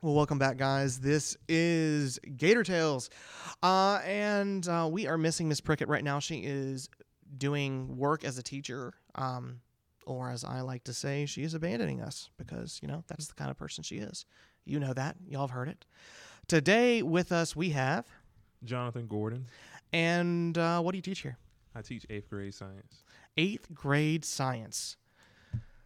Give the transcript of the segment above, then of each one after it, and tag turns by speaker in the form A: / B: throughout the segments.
A: Well, welcome back, guys. This is Gator Tales. Uh, and uh, we are missing Miss Prickett right now. She is doing work as a teacher, um, or as I like to say, she is abandoning us because, you know, that's the kind of person she is. You know that. Y'all have heard it. Today with us, we have,
B: Jonathan Gordon.
A: and uh, what do you teach here?
B: I teach eighth grade science.
A: eighth grade science.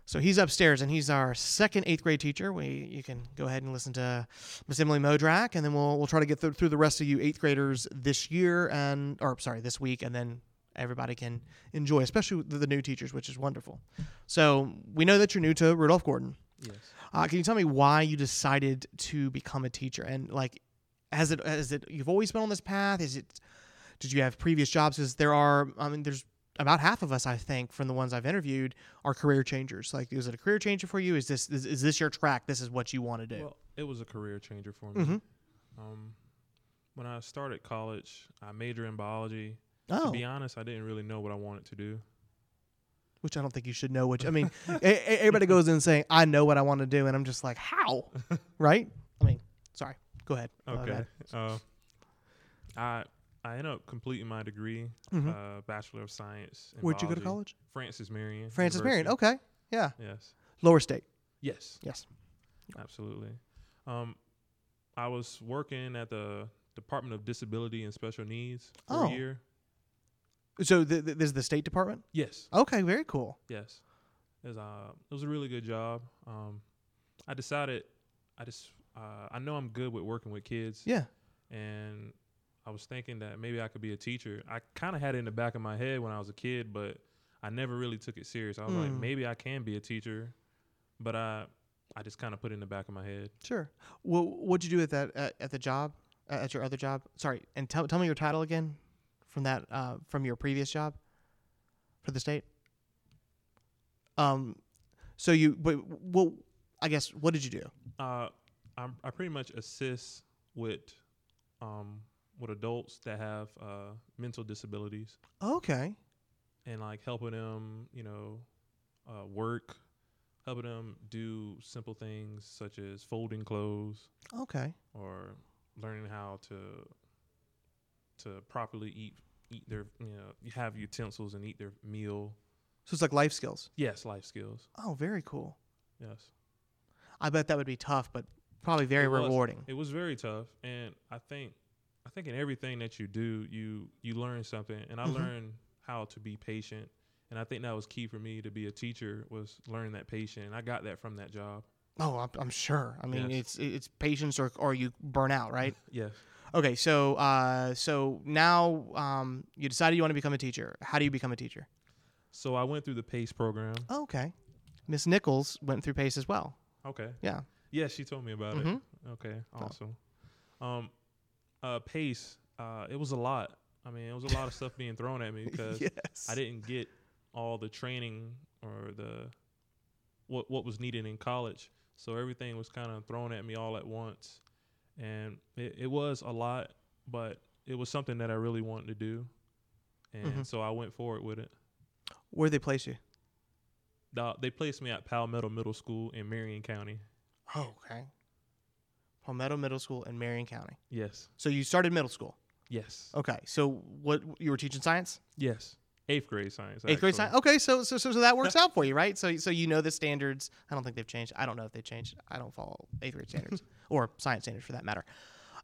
A: So he's upstairs and he's our second eighth grade teacher. We you can go ahead and listen to Miss Emily Modrak, and then we'll we'll try to get through, through the rest of you eighth graders this year and or sorry this week, and then everybody can enjoy, especially the, the new teachers, which is wonderful. So we know that you're new to Rudolph Gordon.
B: Yes.
A: Uh, can you tell me why you decided to become a teacher and like has it has it you've always been on this path? Is it did you have previous jobs? Because there are I mean there's about half of us I think from the ones I've interviewed are career changers. Like is it a career changer for you? Is this is, is this your track? This is what you want to do.
B: Well, it was a career changer for me.
A: Mhm.
B: Um, when I started college, I majored in biology. To
A: oh,
B: be honest, I didn't really know what I wanted to do.
A: which I don't think you should know. Which I mean, e- e- everybody goes in saying I know what I want to do, and I'm just like how, right? I mean, sorry. Go ahead.
B: Okay. Uh, I I ended up completing my degree,
A: hmm
B: uh, Bachelor of Science. in
A: Where'd you go to
B: biology.
A: college?
B: Francis Marion.
A: Francis Marion.
B: University.
A: Okay. Yeah.
B: Yes.
A: Lower state.
B: Yes.
A: Yes.
B: Absolutely. Um, I was working at the Department of Disability and Special Needs
A: Oh.
B: for a year.
A: So th- th- this is the State Department.
B: Yes.
A: Okay, very cool.
B: Yes, it was, uh, it was a really good job. Um, I decided I just uh, I know I'm good with working with kids,
A: Yeah.
B: and I was thinking that maybe I could be a teacher. I kind of had it in the back of my head when I was a kid, but I never really took it serious. I was like,
A: Mm.
B: maybe I can be a teacher, but I I just kind of put it in the back of my head.
A: Sure. Well, what'd you do at that at, at the job uh, at your other job? Sorry, and tell tell me your title again from that uh, from your previous job for the state. Um, so you but well, I guess what did you do?
B: Uh, I'm, I pretty much assist with um, with adults that have uh, mental disabilities.
A: Okay.
B: and like helping them, you know, uh, work, helping them do simple things such as folding clothes
A: Okay.
B: or learning how to to properly eat eat their you know you have utensils and eat their meal.
A: So it's like life skills.
B: Yes, life skills.
A: Oh, very cool.
B: Yes,
A: I bet that would be tough, but probably very
B: It was.
A: rewarding.
B: it was very tough, and I think I think in everything that you do, you you learn something, and I
A: Mhm.
B: learned how to be patient. And I think that was key for me to be a teacher was learn that patient. And I got that from that job.
A: Oh, I'm, I'm sure. I mean,
B: Yes.
A: it's it's patience or or you burn out, right?
B: Yes.
A: Okay, so uh, so now um, you decided you want to become a teacher. How do you become a teacher?
B: So I went through the PACE program.
A: Oh, okay, Miss Nichols went through Pace as well.
B: Okay.
A: Yeah.
B: Yeah, she told me about
A: Mhm.
B: it. Okay. Awesome. Um, uh, PACE. Uh, it was a lot. I mean, it was a lot of stuff being thrown at me because
A: yes.
B: I didn't get all the training or the what what was needed in college. So everything was kind of thrown at me all at once, and it, it was a lot, but it was something that I really wanted to do, and
A: Mhm.
B: so I went forward with it.
A: Where they place you?
B: Uh, they placed me at Palmetto Middle School in Marion County.
A: Oh, okay. Palmetto Middle School in Marion County.
B: Yes.
A: So you started middle school.
B: Yes.
A: Okay. So what you were teaching science?
B: Yes. Eighth grade science.
A: Eighth grade
B: actually.
A: science. Okay. So so so, so that works out for you, right? So so you know the standards. I don't think they've changed. I don't know if they changed. I don't follow eighth grade standards or science standards for that matter.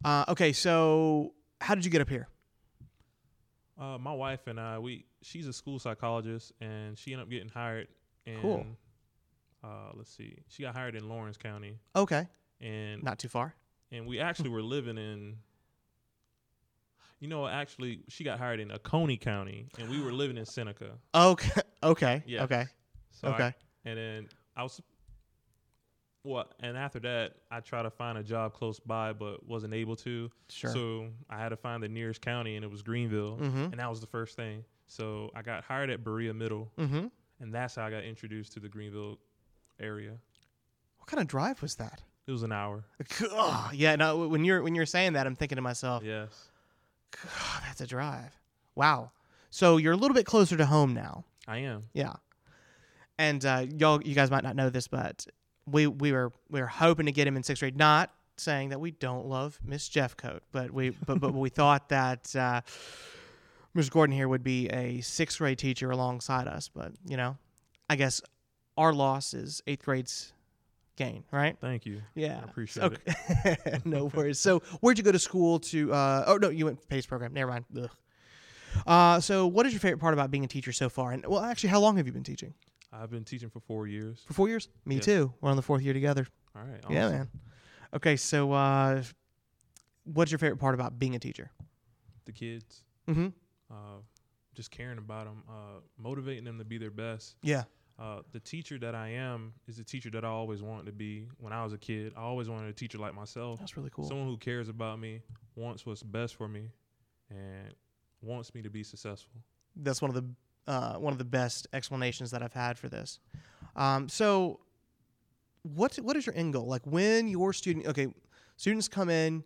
A: Uh, okay. So how did you get up here? oh.
B: Uh, my wife and I, we she's a school psychologist, and she ended up getting hired. In,
A: Cool.
B: Uh, let's see, she got hired in Lawrence County,
A: Okay.
B: and
A: Not too far.
B: and we actually were living in. You know, actually, she got hired in Oconee County, and we were living in Seneca.
A: Okay. Okay.
B: Yes.
A: Okay.
B: So I-
A: Okay.
B: and then I was. Well, and after that, I tried to find a job close by, but wasn't able to.
A: Sure.
B: So I had to find the nearest county, and it was Greenville.
A: mm-hmm.
B: and that was the first thing. So I got hired at Berea Middle,
A: Mm-hmm.
B: and that's how I got introduced to the Greenville area.
A: What kind of drive was that?
B: It was an hour.
A: Ugh, yeah. No. When you're when you're saying that, I'm thinking to myself,
B: Yes,
A: "Ugh, that's a drive. Wow. So you're a little bit closer to home now.
B: I am.
A: Yeah. And uh, y'all, you guys might not know this, but we we were we were hoping to get him in sixth grade. Not saying that we don't love Miss Jeffcoat, but we but but we thought that uh, Mr. Gordon here would be a sixth grade teacher alongside us. But you know, I guess our loss is eighth grade's gain, right?
B: Thank you.
A: Yeah,
B: appreciate
A: it. no worries. So, where'd you go to school? To uh, oh no, you went PACE program. Never mind. Ugh. Uh, so, what is your favorite part about being a teacher so far? And well, actually, how long have you been teaching?
B: I've been teaching for four years.
A: For four years. Me
B: Yes.
A: too. We're on the fourth year together.
B: All right.
A: Yeah,
B: awesome.
A: man. Okay, so uh, what's your favorite part about being a teacher?
B: The kids,
A: Mm-hmm.
B: uh, just caring about them, uh, motivating them to be their best.
A: Yeah.
B: Uh, the teacher that I am is the teacher that I always wanted to be when I was a kid. I always wanted a teacher like myself,
A: That's really cool.
B: someone who cares about me, wants what's best for me, and wants me to be successful.
A: That's one of the uh, one of the best explanations that I've had for this. Um, so, what what is your end goal? Like when your student okay, students come in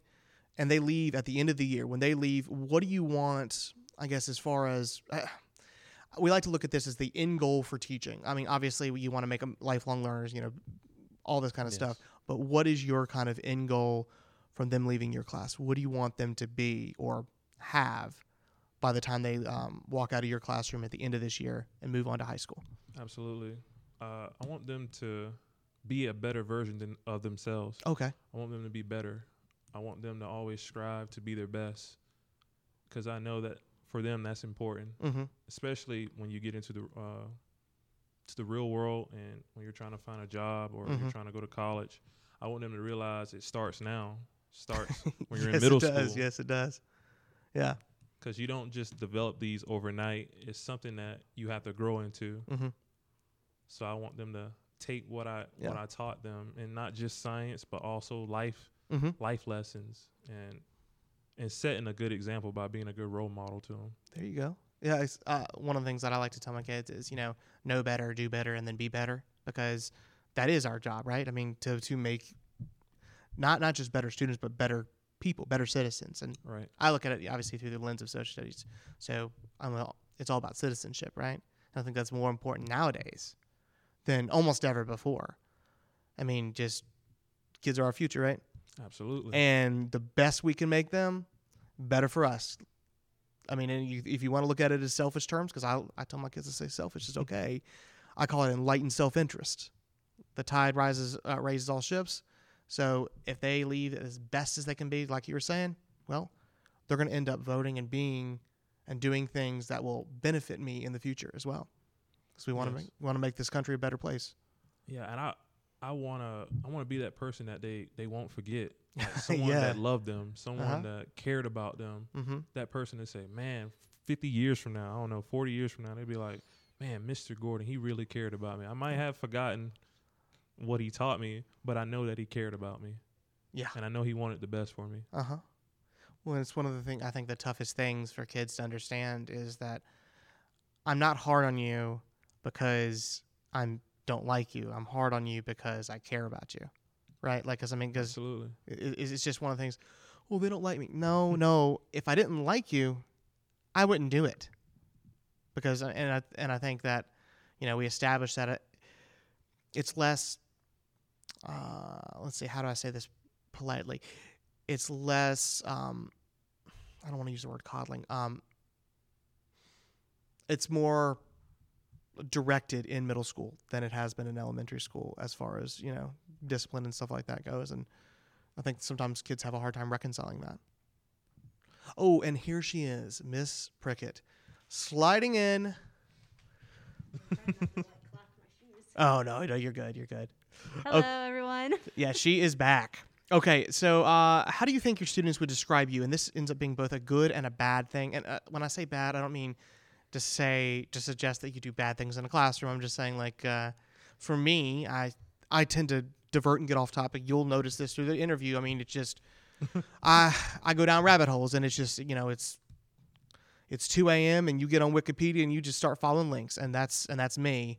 A: and they leave at the end of the year. When they leave, what do you want? I guess as far as uh, we like to look at this as the end goal for teaching. I mean, obviously you want to make them lifelong learners. You know, all this kind of
B: Yes.
A: stuff. But what is your kind of end goal from them leaving your class? What do you want them to be or have by the time they um, walk out of your classroom at the end of this year and move on to high school?
B: Absolutely. Uh, I want them to be a better version than, of themselves.
A: Okay.
B: I want them to be better. I want them to always strive to be their best because I know that for them that's important,
A: Mm-hmm.
B: especially when you get into the uh, to the real world and when you're trying to find a job or
A: Mhm.
B: you're trying to go to college. I want them to realize it starts now, starts when you're
A: yes,
B: in middle
A: it does.
B: school,
A: Yes, it does. Yeah.
B: because you don't just develop these overnight. It's something that you have to grow into.
A: Mm-hmm.
B: So I want them to take what I
A: Yeah.
B: what I taught them and not just science, but also life
A: Mm-hmm.
B: life lessons and and setting a good example by being a good role model to them.
A: There you go. Yeah, it's, uh, one of the things that I like to tell my kids is, you know, know better, do better, and then be better because that is our job, right? I mean, to to make not not just better students, but better people, better citizens, and
B: Right.
A: I look at it obviously through the lens of social studies. So I'm a, it's all about citizenship, right? And I think that's more important nowadays than almost ever before. I mean, just kids are our future, right?
B: Absolutely.
A: And the best we can make them, better for us. I mean, and you, if you want to look at it as selfish terms, because I, I tell my kids to say selfish is okay, I call it enlightened self interest. The tide rises, uh, raises all ships. So if they leave as best as they can be, like you were saying, well, they're going to end up voting and being and doing things that will benefit me in the future as well. Because we want to
B: Yes.
A: make want to make this country a better place.
B: yeah, and I I wanna I wanna be that person that they they won't forget. Like someone
A: Yeah.
B: that loved them, someone
A: Uh-huh.
B: that cared about them.
A: Mm-hmm.
B: That person to say, man, fifty years from now, I don't know, forty years from now, they'd be like, man, Mr. Gordon, he really cared about me. I might have forgotten what he taught me, but I know that he cared about me.
A: Yeah.
B: And I know he wanted the best for me.
A: Uh huh. Well, it's one of the thing I think the toughest things for kids to understand is that I'm not hard on you because I'm don't like you. I'm hard on you because I care about you, right? Like, 'cause I mean, because
B: Absolutely.
A: it's just one of the things. Well, they don't like me. No, no. If I didn't like you, I wouldn't do it. Because uh, and I and I think that you know we established that it, it's less. Uh, let's see. How do I say this politely? It's less. Um, I don't want to use the word coddling. Um, it's more directed in middle school than it has been in elementary school as far as you know discipline and stuff like that goes and I think sometimes kids have a hard time reconciling that. Oh, and here she is, Miss Prickett, sliding in. Oh no, no, you're good, you're good.
C: Hello, everyone.
A: Yeah, she is back. Okay, so uh, how do you think your students would describe you? And this ends up being both a good and a bad thing. And uh, when I say bad, I don't mean to say to suggest that you do bad things in a classroom. I'm just saying, like, uh, for me, I I tend to divert and get off topic. You'll notice this through the interview. I mean, it's just I I go down rabbit holes, and it's just you know it's it's 2 a.m. and you get on Wikipedia and you just start following links, and that's and that's me.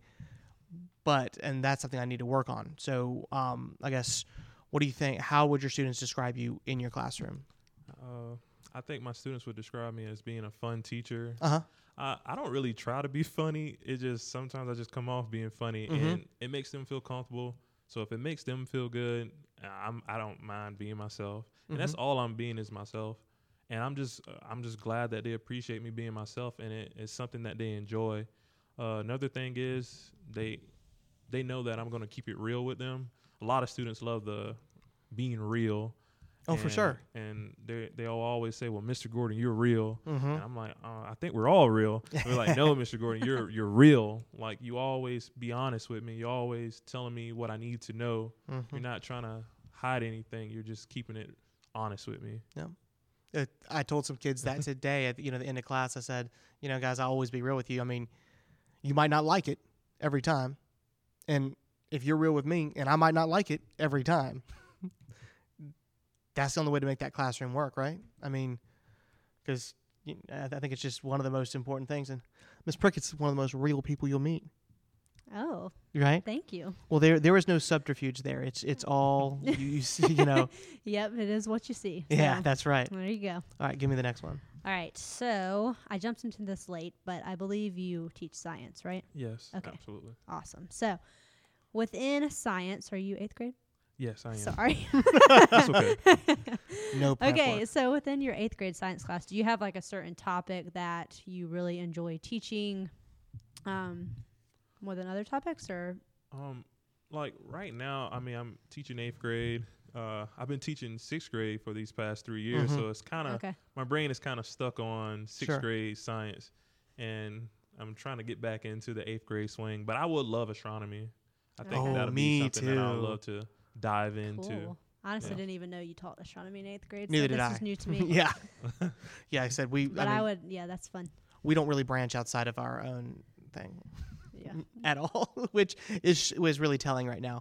A: But and that's something I need to work on. So um, I guess what do you think? How would your students describe you in your classroom?
B: Uh, I think my students would describe me as being a fun teacher.
A: Uh huh.
B: I, I don't really try to be funny. It just sometimes I just come off being funny,
A: Mhm.
B: and it makes them feel comfortable. So if it makes them feel good, I'm I don't mind being myself, and that's all I'm being is myself. And I'm just uh, I'm just glad that they appreciate me being myself, and it, it's something that they enjoy. Uh, another thing is they they know that I'm gonna keep it real with them. A lot of students love the being real.
A: Oh, for
B: and-
A: sure.
B: And they they'll always say, "Well, Mr. Gordon, you're real."
A: Mm-hmm.
B: And I'm like, uh, I think we're all real. And we're like, no, Mr. Gordon, you're you're real. Like you always be honest with me. You're always telling me what I need to know.
A: Mm-hmm. Hmm.
B: You're not trying to hide anything. You're just keeping it honest with me.
A: uh, I told some kids that today at you know the end of class. I said, you know, guys, I'll always be real with you. I mean, you might not like it every time, and if you're real with me, and I might not like it every time, that's the only way to make that classroom work, right? I mean, because I I think it's just one of the most important things. And Miss Prickett's one of the most real people you'll meet,
C: Oh,
A: right?
C: thank you.
A: Well, there there is no subterfuge there. It's it's all you, you see. You know,
C: Yep, it is what you see.
A: yeah,
C: so
A: that's right.
C: There you go.
A: All right, give me the next one.
C: All right. So I jumped into this late, but I believe you teach science, right?
B: Yes,
C: Okay.
B: absolutely.
C: Awesome. So within science, are you eighth grade?
B: Yes, I am.
C: Sorry.
B: That's okay.
A: No. prep
C: okay.
A: work.
C: So within your eighth grade science class, do you have like a certain topic that you really enjoy teaching um, more than other topics or?
B: Um, like right now, I mean, I'm teaching eighth grade. Uh, I've been teaching sixth grade for these past three years,
A: Mhm.
B: so it's kind of
C: Okay.
B: my brain is kind of stuck on sixth
A: Sure.
B: grade science, and I'm trying to get back into the eighth grade swing. But I would love astronomy. I think
A: Oh,
B: that'll
A: me
B: be something that I
A: too.
B: would love to dive into.
C: Cool. Honestly,
B: Yeah.
C: didn't even know you taught astronomy in eighth grade.
A: Neither
C: so
A: did
C: this
A: I.
C: is new to me.
A: yeah. Yeah, I said we. I,
C: But I,
A: mean,
C: would, yeah, that's fun.
A: we don't really branch outside of our own thing
C: Yeah.
A: at all, which is was really telling right now.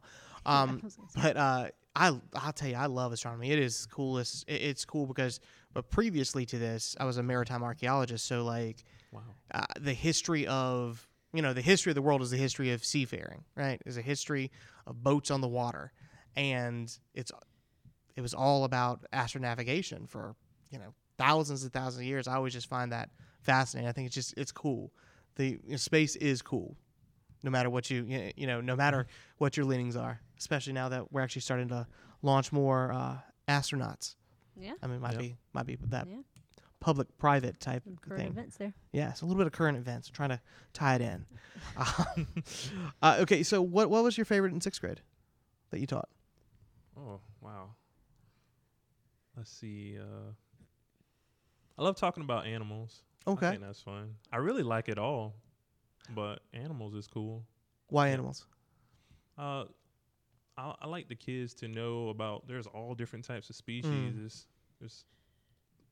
A: Um,
C: I was gonna say.
A: but uh, I I'll tell you, I love astronomy. It is coolest. It, it's cool because, but previously to this, I was a maritime archaeologist. So like,
B: Wow.
A: uh, the history of you know the history of the world is the history of seafaring right is a history of boats on the water and it's it was all about astronavigation for you know thousands and thousands of years i always just find that fascinating i think it's just it's cool the you know, space is cool no matter what you y- you know no matter what your leanings are especially now that we're actually starting to launch more uh, astronauts
C: Yeah.
A: i mean might
B: Yep.
A: be might be that
C: Yeah.
A: public private type
C: Some current
A: thing
C: events there.
A: yeah, it's a little bit of current events. trying to tie it in. Um, uh, okay, so what what was your favorite in sixth grade that you taught?
B: Oh wow. Let's see. Uh, I love talking about animals. I
A: Okay,
B: think that's fun. I really like it all, but animals is cool.
A: why
B: yeah.
A: animals?
B: Uh, I, I like the kids to know about. There's all different types of species.
A: Mm.
B: It's, it's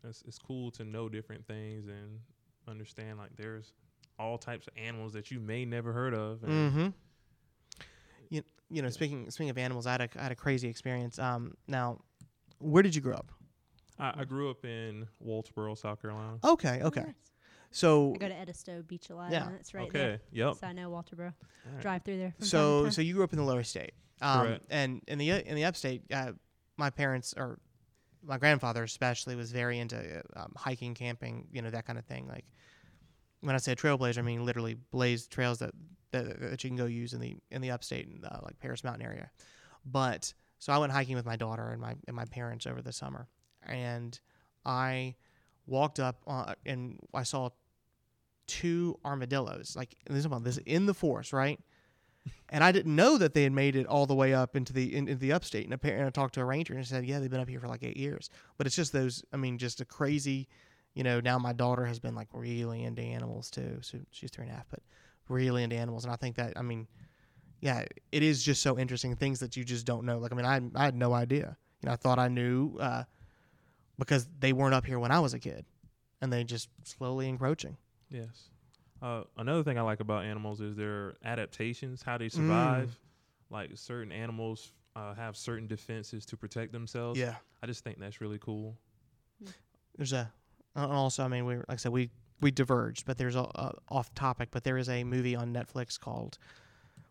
B: it's it's cool to know different things and understand like there's all types of animals that you may never heard of. And
A: Mm-hmm. You, you know, speaking speaking of animals, I had a I had a crazy experience. Um, now, where did you grow up?
B: I, I grew up in Walterboro, South Carolina.
A: Okay,
C: Oh,
A: okay.
C: nice.
A: So
C: I go to Edisto Beach a lot.
A: Yeah.
C: And it's right
B: okay. Oh.
C: there.
B: Yep.
C: So I know Walterboro.
B: Alright.
C: Drive through there. From
A: so
C: time to
A: so you grew up in the lower state, um,
B: Correct.
A: and in the in the upstate, uh, my parents or my grandfather especially was very into uh, um, hiking, camping, you know that kind of thing. Like when I say trailblazer, I mean literally blazed trails that, that that you can go use in the in the upstate, in uh, like Paris Mountain area. But so I went hiking with my daughter and my and my parents over the summer, and I walked up on, and I saw two armadillos. Like and this is about this in the forest, right? And I didn't know that they had made it all the way up into the in, into the upstate. And, apparently, I talked to a ranger and he said, "Yeah, they've been up here for like eight years." But it's just those. I mean, just a crazy. You know, now my daughter has been like really into animals too. So she's three and a half, but really into animals. And I think that I mean, yeah, it is just so interesting things that you just don't know. Like I mean, I I had no idea. You know, I thought I knew uh, because they weren't up here when I was a kid, and they just slowly encroaching.
B: Yes. Uh, another thing I like about animals is their adaptations, how
A: Mm.
B: they survive. Like certain animals uh, have certain defenses to protect themselves.
A: Yeah.
B: I just think that's really cool.
A: there's a and also I mean we were- like I said we we diverged but there's a, a off topic but there is a movie on Netflix called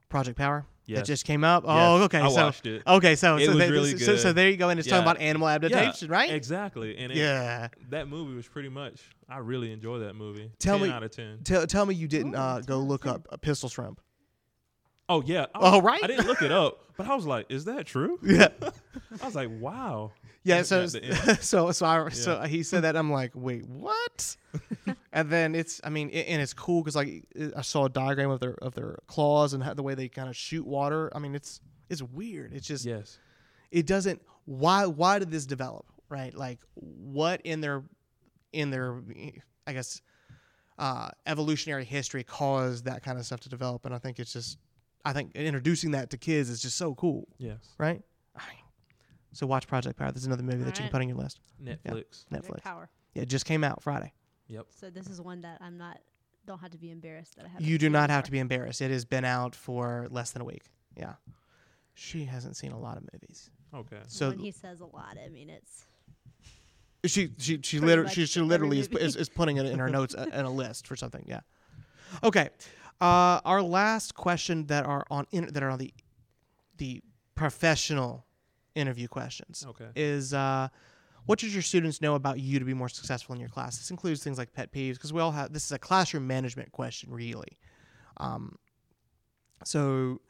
A: Project Power
B: Yes.
A: that just came up.
B: Yes,
A: Oh okay
B: I
A: so
B: watched it.
A: okay so
B: It
A: so,
B: was
A: they,
B: really
A: so so
B: good.
A: there you go and it's talking
B: Yeah.
A: about animal adaptation right
B: Exactly. And it,
A: yeah
B: that movie was pretty much. I really enjoy that movie.
A: Tell
B: 10
A: me-
B: out of ten.
A: tell tell me you didn't
C: Ooh,
A: uh,
C: that's
A: go
C: what I
A: look
C: said.
A: up a pistol shrimp
B: Oh yeah. I,
A: Oh, right.
B: I didn't look it up, but I was like, "Is that true?"
A: Yeah.
B: I was like, "Wow."
A: Yeah,
B: Looking
A: so
B: at the
A: so so I, so he said that I'm like, wait, what? and then it's I mean, it, and it's cool because like I saw a diagram of their of their claws and how, the way they kind of shoot water. I mean, it's it's weird. It's just
B: Yes.
A: it doesn't. Why why did this develop? Right? Like what in their in their I guess uh, evolutionary history caused that kind of stuff to develop? And I think it's just I think introducing that to kids is just so cool,
B: Yes.
A: right? I mean, so watch Project Power. That's another movie that you can
C: Alright.
A: put on your list.
B: Netflix.
A: Netflix.
C: Power.
A: Yeah, it just came out Friday.
C: So this is one that I'm not don't have to be embarrassed that I have.
A: You do not have to be embarrassed. It has been out for less than a week. Yeah. She hasn't seen a lot of movies.
B: Okay.
A: So
C: when he says a lot, I mean it's
A: she she she
C: Pretty
A: literally
C: much
A: she, she
C: every
A: literally is,
C: movie.
A: is is putting it in her notes uh, in a list for something. Yeah. Okay. Uh, our last question that are on in, that are on the the professional interview questions
B: Okay.
A: is uh, what should your students know about you to be more successful in your class? This includes things like pet peeves because we all have this is a classroom management question really. Um, so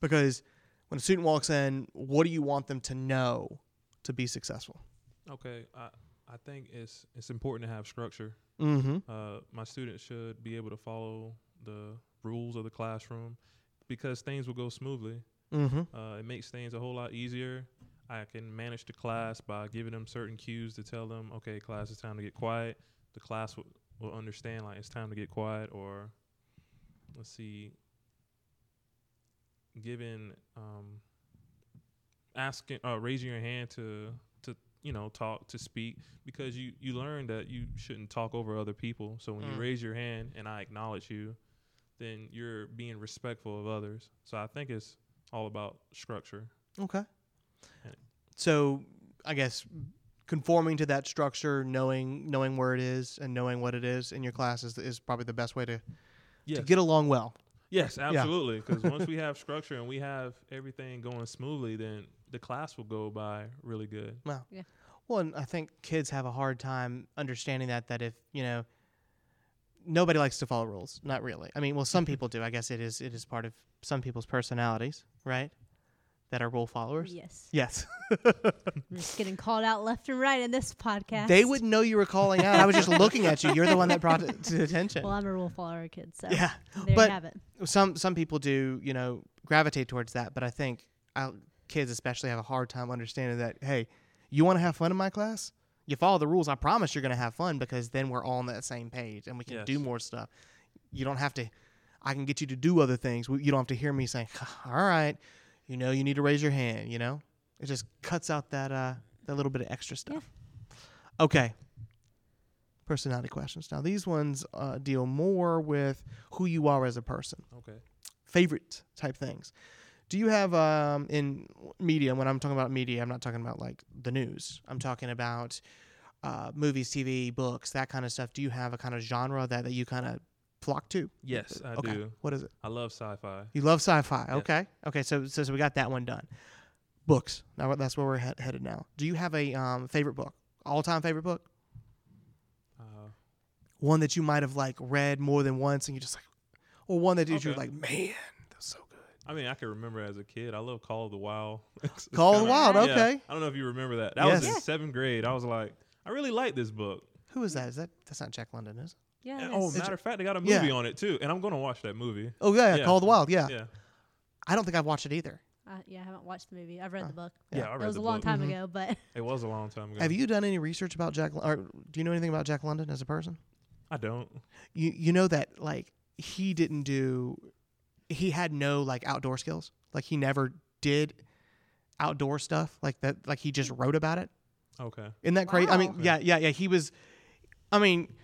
A: because when a student walks in, what do you want them to know to be successful?
B: Okay. I I think it's it's important to have structure.
A: Mm-hmm.
B: Uh, my students should be able to follow the rules of the classroom because things will go smoothly.
A: Mm-hmm.
B: Uh, it makes things a whole lot easier. I can manage the class by giving them certain cues to tell them, okay, class, it's time to get quiet. The class will, will understand, like, it's time to get quiet, or let's see, giving, um, asking, uh, raising your hand to, to, you know, talk, to speak, because you, you learn that you shouldn't talk over other people. So when
A: Mm.
B: you raise your hand and I acknowledge you, then you're being respectful of others. So I think it's, all about structure.
A: Okay.
B: And-
A: So I guess conforming to that structure, knowing knowing where it is and knowing what it is in your class is, is probably the best way to,
B: Yes,
A: to get along well.
B: yes, absolutely. Because once we have structure and we have everything going smoothly, then the class will go by really good.
A: Well, and I think kids have a hard time understanding that that if, you know, nobody likes to follow rules, not really. I mean, well, some people do. I guess it is it is part of some people's personalities, right? That are rule followers.
C: yes.
A: Yes.
C: I'm just getting called out left and right in this podcast.
A: They wouldn't know you were calling out. I was just looking at you. You're the one that brought it to attention.
C: Well, I'm a rule follower kid, so
A: yeah.
C: there
A: but-
C: you have it.
A: some some people do you know gravitate towards that but i think I, kids especially have a hard time understanding that hey you want to have fun in my class you follow the rules i promise you're going to have fun because then we're all on that same page and we can do
B: Yes.
A: more stuff you don't have to i can get you to do other things you don't have to hear me saying all right you know you need to raise your hand you know it just cuts out that uh that little bit of extra stuff okay personality questions now these ones uh, deal more with who you are as a person
B: Okay.
A: favorite type things. Do you have um, in media? When I'm talking about media, I'm not talking about like the news. I'm talking about uh, movies, TV, books, that kind of stuff. Do you have a kind of genre that, that you kind of flock to?
B: Yes, I
A: okay.
B: do.
A: What is it?
B: I love sci-fi.
A: You love sci-fi.
B: Yes.
A: Okay. Okay. So, so so we got that one done. Books. Now that's where we're he- headed now. Do you have a um, favorite book? All-time favorite book?
B: Uh,
A: One that you might have like read more than once, and you just like, or one that you're
B: Okay.
A: like, man, that's so good.
B: I mean, I can remember as a kid. I love Call of the Wild. It's- it's
A: Call of the
B: kinda-
A: Wild.
B: yeah,
A: Okay.
B: I don't know if you remember that. That was
A: Yes.
B: in
A: Yeah.
B: seventh grade. I was like, I really like this book.
A: Who is that? Is that that's not Jack London, is it?
C: Yeah.
B: oh,
C: it is.
B: matter of fact, they got a
A: Yeah.
B: movie on it too, and I'm going to watch that movie.
A: Oh yeah, yeah.
B: Yeah.
A: Call of the Wild. Yeah.
B: Yeah.
A: I don't think I've watched it either.
C: Uh, yeah, I haven't watched the movie. I've read
A: Huh.
C: the book.
A: Uh, Yeah.
B: Yeah. I read
C: It was
B: the
C: a long
B: book.
C: time
A: Mhm.
C: ago, but
B: It was a long time ago.
A: Have you done any research about Jack? Or do you know anything about Jack London as a person?
B: I don't.
A: You you know that like he didn't do, he had no like outdoor skills. Like he never did outdoor stuff like that. Like he just wrote about it.
B: Okay.
A: Isn't that crazy? I mean,
C: Wow.
A: yeah, yeah, yeah. He was. I mean,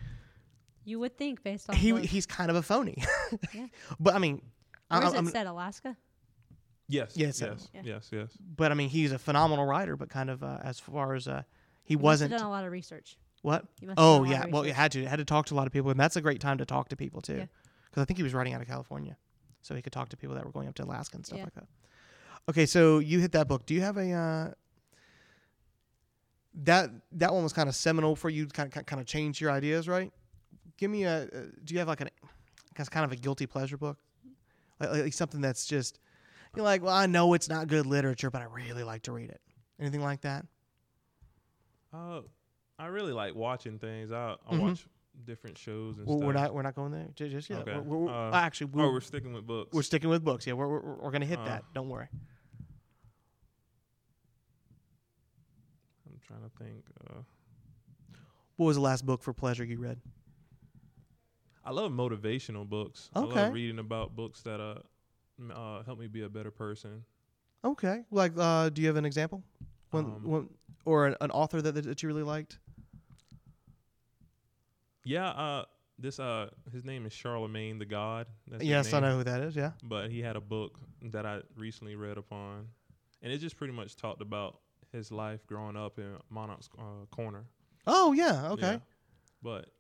C: you would think based on
A: he
C: those-
A: he's kind of a phony.
C: Yeah.
A: But I mean,
C: Where
A: I,
C: is it
A: I'm,
C: said Alaska?
B: Yes.
A: Yes, I
B: Yes.
C: don't.
B: Yes. Yes.
A: but I mean, he's a phenomenal writer. But kind of uh, as far as uh, he
C: You must
A: wasn't
C: have done a lot of research.
A: what
C: You must have
A: Oh
C: done a lot
A: yeah,
C: of
A: well you
C: research.
A: had to had to talk to a lot of people, and that's a great time to talk to people too,
C: Yeah.
A: because I think he was riding out of California, so he could talk to people that were going up to Alaska and stuff
C: Yeah.
A: like that. Okay, so you hit that book. Do you have a uh, that that one was kind of seminal for you, kind of kind of changed your ideas, right? Give me a. Uh, do you have like an, guess kind of a guilty pleasure book, like, like something that's just you're like, well, I know it's not good literature, but I really like to read it. Anything like that?
B: Uh, I really like watching things. I, I
A: Mhm.
B: watch different shows and
A: Well,
B: stuff.
A: we're not we're not going there ju- just yet.
B: Okay.
A: We're- We're, we're-
B: Uh,
A: actually, we're,
B: oh, we're
A: we're,
B: sticking with books.
A: sticking with books. Yeah, we're we're, we're gonna hit
B: Uh,
A: that. Don't worry.
B: I'm trying to think. Uh,
A: What was the last book for pleasure you read?
B: I love motivational books. I
A: Okay.
B: love reading about books that uh, m- uh help me be a better person.
A: Okay, like, uh, do you have an example? One,
B: Um,
A: one or an, an author that, that that you really liked?
B: Yeah. Uh, this uh, his name is Charlemagne the God. That's his
A: Yes, I
B: name.
A: know who that is. Yeah.
B: But he had a book that I recently read upon, and it just pretty much talked about his life growing up in Monarch's uh, Corner.
A: Oh yeah. Okay.
B: Yeah. But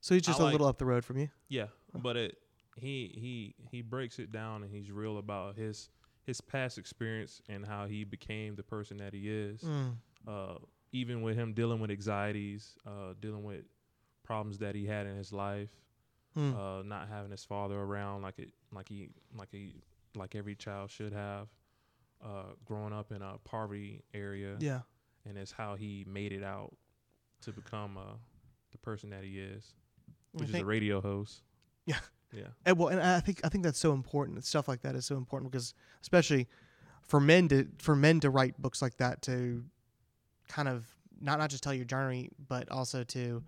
A: So he's just
B: I
A: a
B: like-
A: little up the road from you.
B: Yeah, but it he he he breaks it down and he's real about his his past experience and how he became the person that he is.
A: Mm.
B: Uh, even with him dealing with anxieties, uh, dealing with problems that he had in his life,
A: Mm.
B: uh, not having his father around like it like he like he like every child should have. Uh, growing up in a poverty area,
A: yeah.
B: and it's how he made it out to become uh, the person that he is,
A: I
B: which is a
A: think-
B: radio host.
A: Yeah.
B: yeah.
A: And well, and I think I think that's so important. Stuff like that is so important because especially for men to for men to write books like that to kind of not not just tell your journey, but also to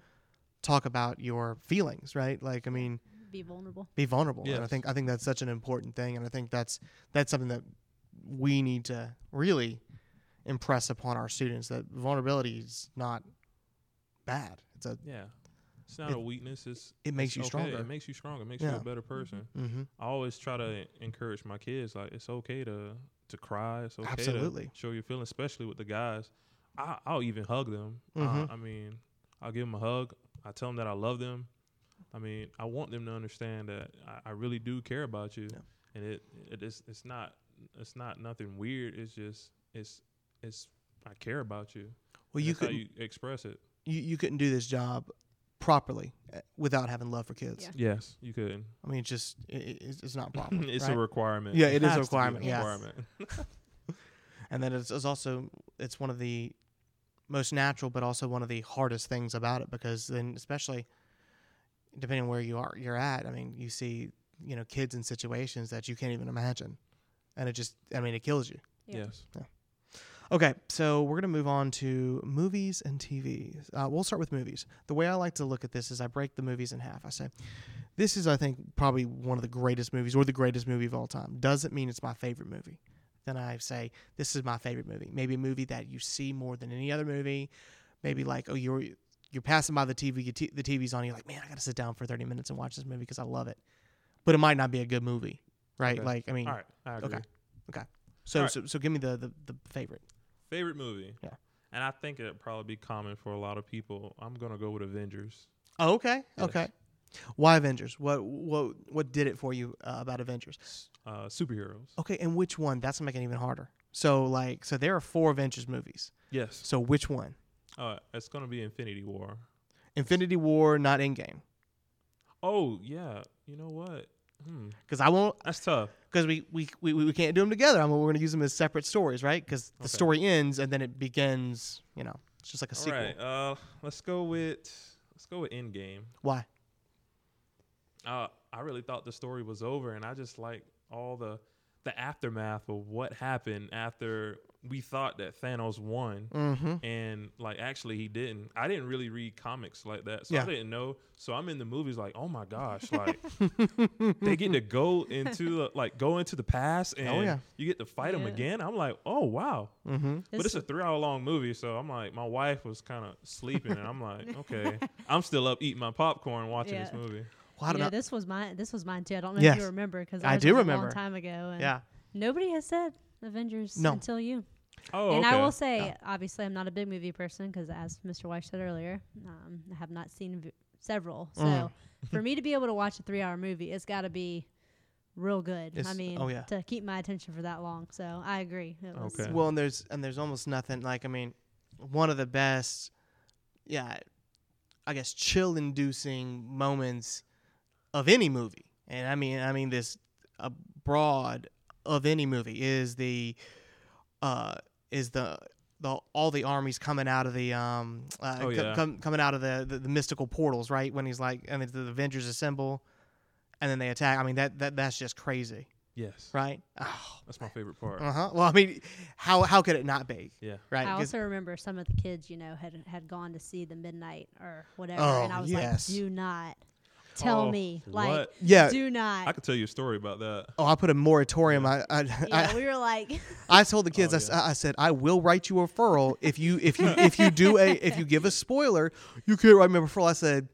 A: talk about your feelings, right? Like, I mean,
C: Be vulnerable.
A: be vulnerable. And I
B: Yes.
A: think I think that's such an important thing, and I think that's that's something that we need to really impress upon our students that vulnerability is not bad. It's a
B: Yeah. It's not
A: It-
B: a weakness. It's
A: it makes you
B: it's okay.
A: stronger.
B: It makes you stronger. It makes you
A: Yeah.
B: a better person.
A: mm-hmm.
B: I always try to encourage my kids like it's okay to to cry. It's okay
A: Absolutely.
B: to show your feelings, especially with the guys. I, I'll even hug them. I-
A: Mhm.
B: I, mean, I'll give them a hug. I tell them that I love them. I mean, I want them to understand that I, I really do care about you,
A: Yeah.
B: and it, it is it's not it's not nothing weird. It's just it's it's I care about you.
A: Well,
B: And
A: you
B: that's how
A: could
B: you express it.
A: you, you couldn't do this job properly eh, without having love for kids.
C: Yeah.
B: Yes, you could.
A: I mean, it's just i- i it's, it's not proper.
B: it's
A: right?
B: a requirement.
A: Yeah, it is a
B: has to be
A: requirement,
C: yes.
A: and then it's, it's also it's one of the most natural, but also one of the hardest things about it because then, especially depending where you are you're at, I mean, you see you know kids in situations that you can't even imagine, and it just I mean it kills you.
C: Yeah.
B: Yes.
A: Okay, so we're going to move on to movies and TV. Uh, we'll start with movies. The way I like to look at this is I break the movies in half. I say, this is, I think, probably one of the greatest movies or the greatest movie of all time. Doesn't mean it's my favorite movie. Then I say, this is my favorite movie. Maybe a movie that you see more than any other movie. Maybe like, oh, you're you're passing by the TV, your t- the TV's on, you're like, man, I got to sit down for 30 minutes and watch this movie because I love it. But it might not be a good movie, right?
B: Okay.
A: Like, I mean,
B: All right. I agree.
A: Okay. so,
B: all right.
A: so so give me the, the, the favorite.
B: Favorite movie.
A: Yeah.
B: And I think it'd probably be common for a lot of people. I'm gonna go with Avengers.
A: Oh, okay.
B: Yes.
A: Okay. Why Avengers? What what what did it for you uh, about Avengers?
B: S- Uh, superheroes.
A: Okay, and which one? That's gonna make it even harder. So like, so there are four Avengers movies.
B: Yes.
A: So which one?
B: Uh, it's gonna be Infinity War.
A: Infinity War, not Endgame,
B: Oh yeah. You know what? Hmm.
A: because I won't.
B: That's tough.
A: Because we, we we we can't do them together. I mean, we're gonna use them as separate stories, right? Because the
B: Okay.
A: story ends and then it begins. You know, it's just like a
B: All
A: sequel.
B: right. Uh, let's go with let's go with Endgame.
A: Why?
B: Uh, I really thought the story was over, and I just like all the the aftermath of what happened after we thought that Thanos won.
A: Mm-hmm.
B: and like actually he didn't i didn't really read comics like that so
A: Yeah.
B: i didn't know so i'm in the movies like oh my gosh like they get to go into the, like go into the past and
A: Oh, yeah.
B: you get to fight him
C: Yeah.
B: again i'm like oh wow
A: Mm-hmm.
B: but it's a three hour long movie so i'm like my wife was kind of sleeping and i'm like okay i'm still up eating my popcorn watching this
C: Yeah.
B: movie
A: Well, I don't
C: yeah,
A: know.
C: this was mine. This was mine too. I don't know if
A: Yes.
C: you remember because
A: I do
C: a
A: remember.
C: long time ago. And
A: Yeah.
C: Nobody has said Avengers
A: No.
C: until you.
B: oh
C: and
B: okay.
C: I will say, obviously, I'm not a big movie person because, as Mr. Weish said earlier, um, I have not seen v- several. So
A: Mm.
C: for me to be able to watch a three hour movie, it's got to be real good. I
A: It's-
C: mean,
A: oh, yeah.
C: to keep my attention for that long. So I agree. It was
B: Okay.
A: Well, and there's and there's almost nothing like I mean, one of the best, yeah, I guess chill-inducing moments of any movie, and I mean I mean this abroad of any movie is the uh, is the the all the armies coming out of the um uh,
B: Oh,
A: co-
B: yeah.
A: com- coming out of the, the the mystical portals right when he's like and the, the Avengers assemble and then they attack. I mean that that that's just crazy,
B: Yes,
A: right? Oh,
B: that's my favorite part.
A: uh huh. Well, I mean, how how could it not be
B: Yeah,
A: right?
C: I
A: 'Cause-
C: also remember some of the kids, you know, had had gone to see the midnight or whatever,
A: Oh,
C: and I was
A: yes. Uh,
C: like, "Do not tell
B: Oh,
C: me, like,
B: what?
A: yeah.
C: do not."
B: I could tell you a story about that.
A: oh, I put a moratorium. I I,
C: yeah,
A: I,
C: we were like,
A: I told the kids.
B: Oh,
A: I s I I said I will write you a referral if you if you if you do a if you give a spoiler, you can't write me a referral. I said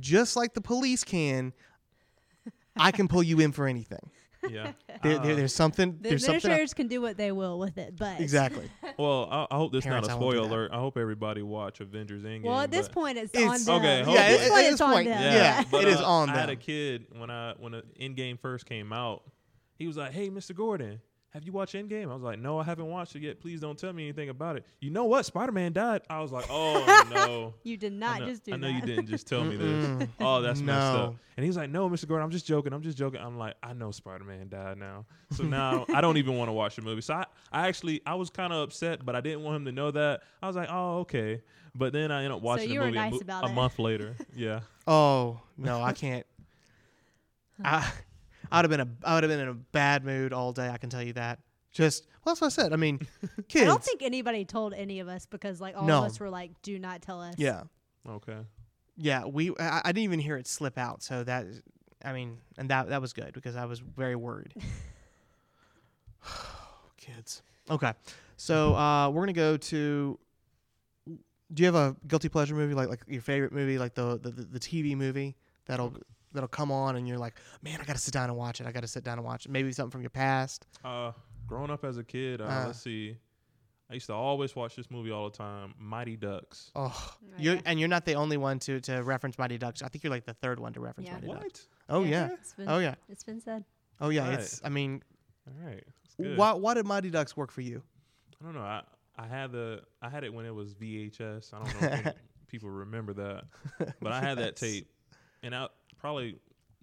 A: just like the police can. I can pull you in for anything.
B: Yeah.
A: There, there,
B: Uh,
A: there's something.
C: the
A: there's something. I-
C: administrators can do what they will with it, but
A: Exactly.
B: well, I, I hope this is not
A: Parents,
B: a
A: I won't do
B: spoiler
A: that.
B: alert. I hope everybody watch Avengers Endgame.
C: Well, at this
B: but-
C: point, it's,
A: It's-
C: on
B: Okay,
C: them.
B: hold
C: at
B: on.
C: this
B: Yeah,
C: point,
A: at
C: it's
A: this
C: on
A: point,
C: them.
A: yeah.
B: but,
A: it is
B: uh,
A: on
B: I had a
A: them.
B: kid when I when the Endgame first came out. He was like, "Hey, Mr. Gordon, have you watched Endgame?" I was like, "No, I haven't watched it yet. Please don't tell me anything about it." You know what? Spider Man died. I was like, "Oh no."
C: You did
B: I
C: not
B: know-
C: just do
B: I know
C: that.
B: you didn't just tell me this.
A: Mm-mm.
B: Oh, that's messed up.
A: No.
B: And he's like, "No, Mr. Gordon, I'm just joking. I'm just joking." I'm like, "I know Spider-Man died now, so now I don't even want to watch the movie." So I, I actually, I was kind of upset, but I didn't want him to know that. I was like, "Oh, okay." But then I ended up watching the
C: you were
B: movie a,
C: nice
B: mo-
C: about
B: a
C: it.
B: month later. Yeah,
A: Oh no, I can't. I I'd have been a I would have been in a bad mood all day. I can tell you that. Just well, that's what I said. I mean, kids.
C: I don't think anybody told any of us because, like, all
A: No.
C: of us were like, "Do not tell us."
A: yeah,
B: okay.
A: yeah. We I, I didn't even hear it slip out. So that is- I mean, and that that was good because I was very worried. kids. Okay, so uh, we're gonna go to. Do you have a guilty pleasure movie like like your favorite movie like the the, the, the TV movie that'll that'll come on and you're like man I gotta sit down and watch it I gotta sit down and watch it maybe something from your past
B: Uh, growing up as a kid, uh,
A: Uh.
B: let's see, I used to always watch this movie all the time, Mighty Ducks.
A: oh
C: Oh,
A: you
C: yeah.
A: are and you're not the only one to to reference Mighty Ducks I think you're like the third one to reference
C: Yeah.
A: Mighty Ducks
B: What?
A: oh yeah
C: It's been,
A: oh yeah
C: it's been said.
A: oh yeah
B: Right.
A: it's I mean
B: All right. that's good.
A: why why did Mighty Ducks work for you
B: I don't know. I I had the I had it when it was VHS. I don't know if any people remember that, but I had that
A: Yes.
B: tape, and I probably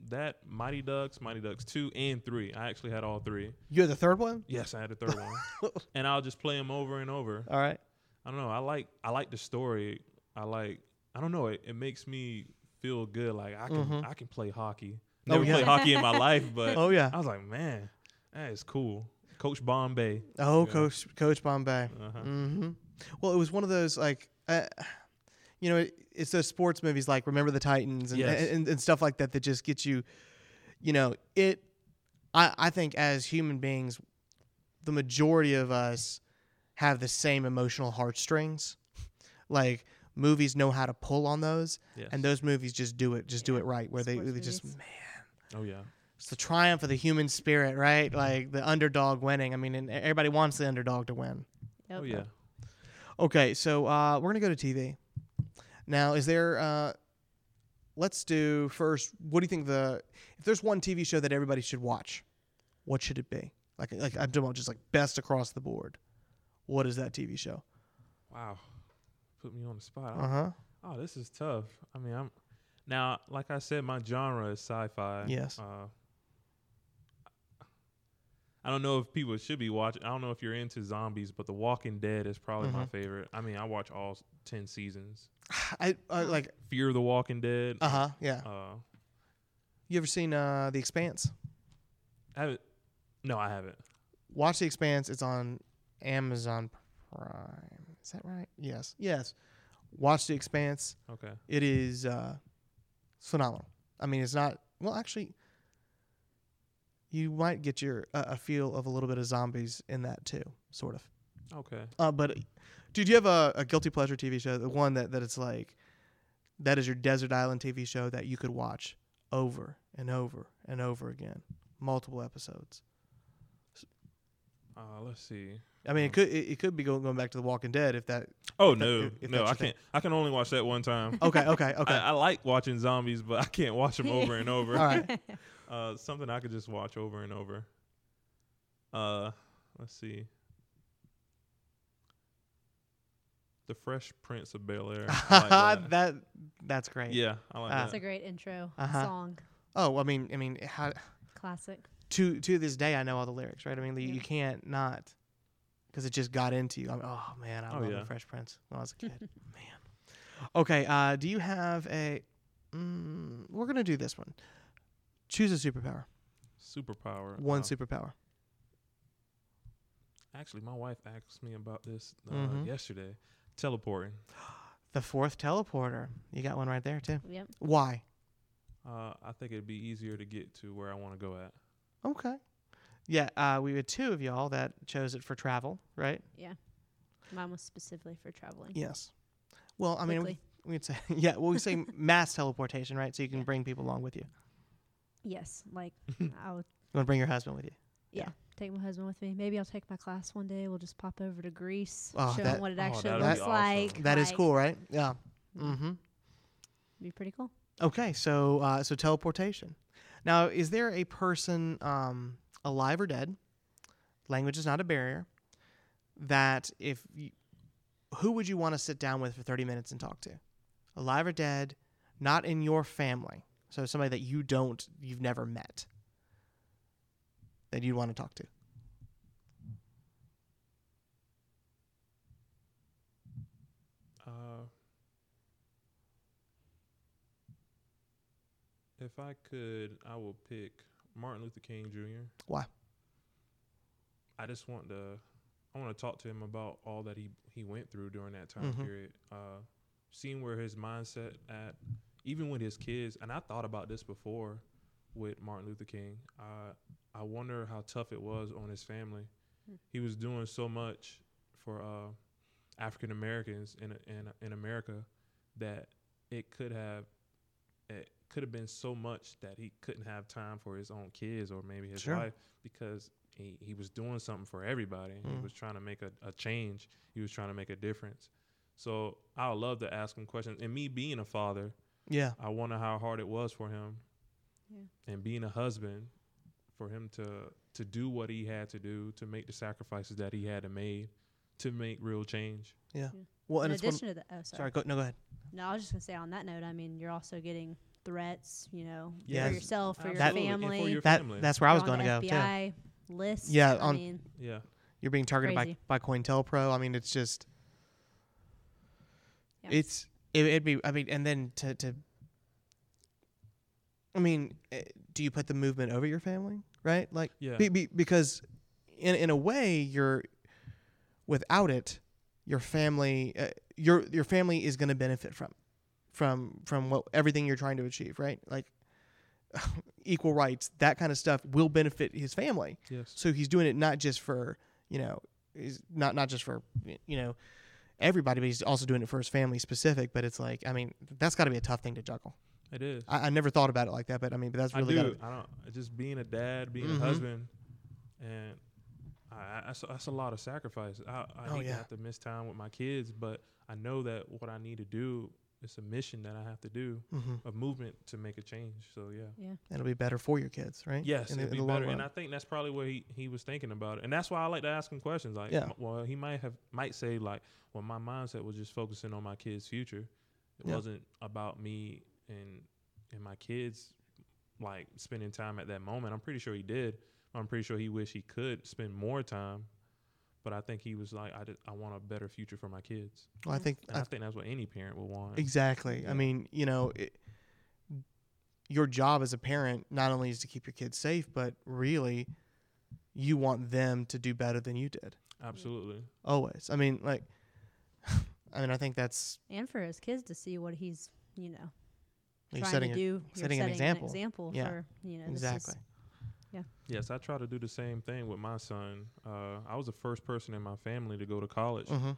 B: that Mighty Ducks, Mighty Ducks two and three. I actually had all three.
A: you're the third one
B: Yes, I had the third one, and I'll just play them over and over.
A: all right
B: I don't know. I like I like the story. I like I don't know. It, it makes me feel good. Like I can
A: Mhm.
B: I can play hockey.
A: Oh,
B: Never
A: yeah.
B: played hockey in my life, but
A: oh yeah
B: I was like, man, that is cool. Coach Bombay.
A: Oh,
B: Yeah.
A: Coach Coach Bombay.
B: Uh-huh.
A: hmm Well, it was one of those like, uh, you know, it, it's those sports movies like Remember the Titans and,
B: Yes.
A: and and stuff like that that just get you, you know, it. I I think as human beings, the majority of us have the same emotional heartstrings, like. Movies know how to pull on those,
B: Yes.
A: and those movies just do it, just do
C: Yeah.
A: it right. Where they,
C: Sports
A: they just
C: movies.
A: man,
B: oh yeah.
A: it's the triumph of the human spirit, right? Like the underdog winning. I mean, and everybody wants the underdog to win.
C: Yep.
B: Oh yeah.
A: Okay, so uh, we're gonna go to TV. Now, is there? Uh, let's do first. What do you think the? If there's one TV show that everybody should watch, what should it be? Like, like I'm talking about just like best across the board. What is that TV show?
B: Wow. Put me on the spot. I-
A: Uh huh.
B: Oh, this is tough. I mean, I'm now, like I said, my genre is sci-fi.
A: Yes.
B: Uh, I don't know if people should be watching. I don't know if you're into zombies, but The Walking Dead is probably my
A: Mhm.
B: favorite. I mean, I watch all s- ten seasons.
A: I uh, like.
B: Fear the Walking Dead.
A: Uh huh. Yeah.
B: Uh,
A: You ever seen uh, The Expanse?
B: haven't. No, I haven't.
A: Watch The Expanse. It's on Amazon Prime. Is that right? Yes. Yes. Watch The Expanse.
B: Okay.
A: It is uh, phenomenal. I mean, it's not. Well, actually, you might get your uh, a feel of a little bit of zombies in that too, sort of.
B: Okay.
A: Uh, but, dude, you have a, a guilty pleasure TV show, the one that that it's like, that is your desert island TV show that you could watch over and over and over again, multiple episodes.
B: Uh, let's see.
A: I mean, it could it, it could be going, going back to The Walking Dead if that.
B: Oh
A: If that-
B: no,
A: if- if
B: no,
A: that's
B: I
A: your thing.
B: can't. I can only watch that one time.
A: Okay, okay, okay.
B: I, I like watching zombies, but I can't watch them over and over.
A: All right.
B: Uh, something I could just watch over and over. Uh, let's see. The Fresh Prince of Bel Air. I like
A: that.
B: that.
A: that's great.
B: Yeah, I like
A: Ah.
C: That's
B: that.
C: a great intro
A: Uh-huh.
C: song,
A: Oh, I mean, I mean, how
C: classic.
A: to to this day, I know all the lyrics. Right? I mean, the,
C: Yeah.
A: you can't not because it just got into you. I'm, oh man, I
B: Oh,
A: love
B: yeah.
A: the Fresh Prince when I was a kid. man. Okay. Uh, do you have a? Mm, we're gonna do this one. Choose a superpower.
B: Superpower.
A: One
B: um,
A: superpower.
B: Actually, my wife asked me about this uh,
A: Mhm.
B: yesterday. Teleporting.
A: The fourth teleporter. You got one right there too.
C: Yep.
A: Why?
B: Uh, I think it'd be easier to get to where I want to go at.
A: Okay. Yeah, uh, we had two of y'all that chose it for travel, right?
C: Mine was specifically for traveling.
A: Yes. Well, I mean, we,
C: Quickly.
A: we'd say yeah. Well, we say mass teleportation, right? So you can
C: Yeah.
A: bring people along with you.
C: Yes. Like I would
A: You want to bring your husband with you?
C: take my husband with me. Maybe I'll take my class one day. We'll just pop over to Greece,
A: Oh,
C: show
A: that-
C: him what it
B: Oh,
C: actually
B: that'd
A: be
C: looks
B: awesome.
C: like.
A: That is
C: like,
A: cool, right? Yeah. Mm-hmm.
C: Be pretty cool.
A: Okay, so uh, so teleportation. Now, is there a person um, alive or dead? Language is not a barrier. That if you, who would you want to sit down with for thirty minutes and talk to, alive or dead, not in your family, so somebody that you don't, you've never met, that you'd want to talk to.
B: Uh, if I could, I would pick Martin Luther King Jr.
A: Why?
B: I just want to. I want to talk to him about all that he he went through during that time
A: Mhm.
B: period. Uh, seeing where his mindset at, even with his kids, and I thought about this before with Martin Luther King. I I wonder how tough it was on his family.
C: Hmm.
B: He was doing so much for uh, African Americans in in in America that it could have it could have been so much that he couldn't have time for his own kids or maybe his
A: Sure.
B: wife because he, he was doing something for everybody. He
A: Mm.
B: was trying to make a, a change. He was trying to make a difference. So I would love to ask him questions. And me being a father,
A: Yeah.
B: I wonder how hard it was for him.
C: Yeah.
B: And being a husband, for him to to do what he had to do, to make the sacrifices that he had to made, to make real change.
A: Well, and
C: in
A: it's one,
C: addition to that, oh, sorry.
A: sorry. Go, no, go ahead.
C: No, I was just gonna say on that note. I mean, you're also getting threats. You know,
A: Yes.
C: for yourself, for your
A: That-
B: Absolutely. And for
C: family.
B: your
A: That
B: family.
A: that's where I was
C: you're on
A: going to go
C: the
A: too.
C: FBI list.
A: Yeah,
C: I
A: on-
C: mean,
B: Yeah.
A: You're being targeted
C: Crazy.
A: by by COINTELPRO. I mean, it's just.
C: yeah.
A: It's it, it'd be I mean, and then to to. I mean, eh, do you put the movement over your family, right? Like,
B: Yeah.
A: be, be, because in in a way, you're without it, your family, uh, your your family is going to benefit from, from from what everything you're trying to achieve, right? Like, equal rights, that kind of stuff will benefit his family.
B: Yes.
A: So he's doing it not just for you know, he's not not just for you know everybody, but he's also doing it for his family specific. But it's like, I mean, that's got to be a tough thing to juggle.
B: It is.
A: I, I never thought about it like that, but I mean, but that's
B: I
A: really
B: do.
A: gotta be-
B: I don't. Just being a dad, being
A: Mhm.
B: a husband, and I, I that's, that's a lot of sacrifice. I, I
A: Oh,
B: hate to
A: yeah.
B: have to miss time with my kids, but I know that what I need to do is a mission that I have to do,
A: Mhm.
B: a movement to make a change. So yeah.
A: It'll be better for your kids, right?
B: Yes,
A: in the,
B: it'd
A: in
B: be
A: the long
B: better,
A: run.
B: and I think that's probably what he, he was thinking about it, and that's why I like to ask him questions. Like,
A: Yeah.
B: m- well, he might have might say like, well, my mindset was just focusing on my kids' future. It
A: Yeah.
B: wasn't about me and and my kids like spending time at that moment. I'm pretty sure he did. I'm pretty sure he wished he could spend more time, but I think he was like, I did, I want a better future for my kids,
A: well, I think
B: and I, think that's what any parent would want.
A: Exactly. I
B: Yeah.
A: mean, you know, it, your job as a parent not only is to keep your kids safe, but really, you want them to do better than you did.
B: Absolutely.
A: Always. I mean, like, I mean, I think that's
C: and for his kids to see what he's, you know,
A: You're
C: trying
A: setting
C: to
A: a-
C: do. You're
A: setting an example. Yeah.
C: for you know this is-
A: exactly.
B: Yes, I try to do the same thing with my son. Uh, I was the first person in my family to go to college.
A: hmm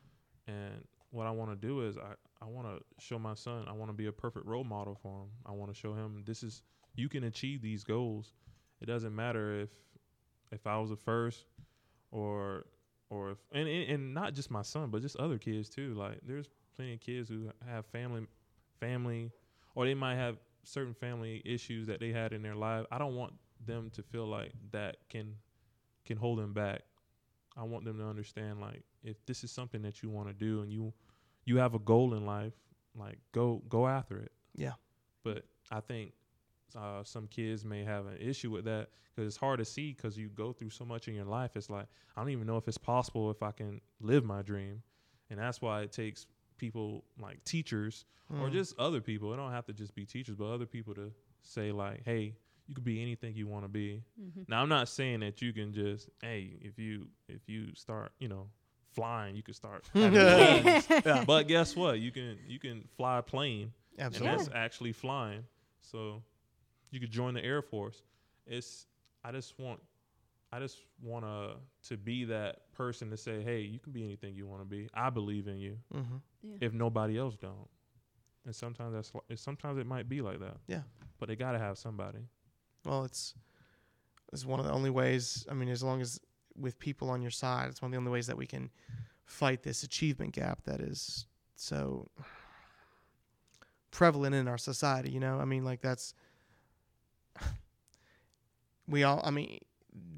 B: And what I want to do is I, I want to show my son, I want to be a perfect role model for him. I want to show him this is you can achieve these goals. It doesn't matter if if I was the first or or if and, and and not just my son, but just other kids too. Like there's plenty of kids who have family family or they might have certain family issues that they had in their life. I don't want them to feel like that can can hold them back. I want them to understand like if this is something that you want to do and you you have a goal in life, like go go after it.
A: Yeah.
B: But I think uh, some kids may have an issue with that because it's hard to see because you go through so much in your life. It's like I don't even know if it's possible if I can live my dream, and that's why it takes people like teachers or
A: Mm.
B: just other people. It don't have to just be teachers, but other people to say like, "Hey, you could be anything you want to be."
C: hmm
B: Now, I'm not saying that you can just, hey, if you if you start, you know, flying, you can start. having planes.
A: Yeah.
B: but guess what? You can you can fly a plane,
A: absolutely.
B: and that's actually flying. So you could join the Air Force. It's I just want I just want to to be that person to say, hey, you can be anything you want to be. I believe in you.
A: Mm-hmm.
B: If nobody else don't, and sometimes that's li- sometimes it might be like that.
A: Yeah.
B: But they gotta have somebody.
A: Well, it's it's one of the only ways. I mean, as long as with people on your side, it's one of the only ways that we can fight this achievement gap that is so prevalent in our society. You know, I mean, like that's we all. I mean,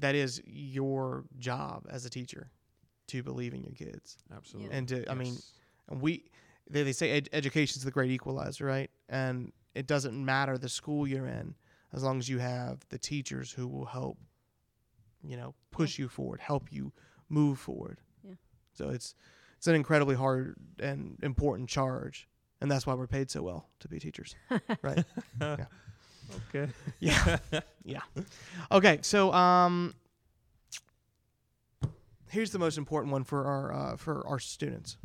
A: that is your job as a teacher to believe in your kids
B: Absolutely.
A: and to. I mean,
B: Yes.
A: and we they, they say ed- education's the great equalizer right and it doesn't matter the school you're in as long as you have the teachers who will help you know push you forward help you move forward
C: Yeah.
A: so it's it's an incredibly hard and important charge and that's why we're paid so well to be teachers right
B: okay.
A: yeah yeah okay so um here's the most important one for our uh, for our students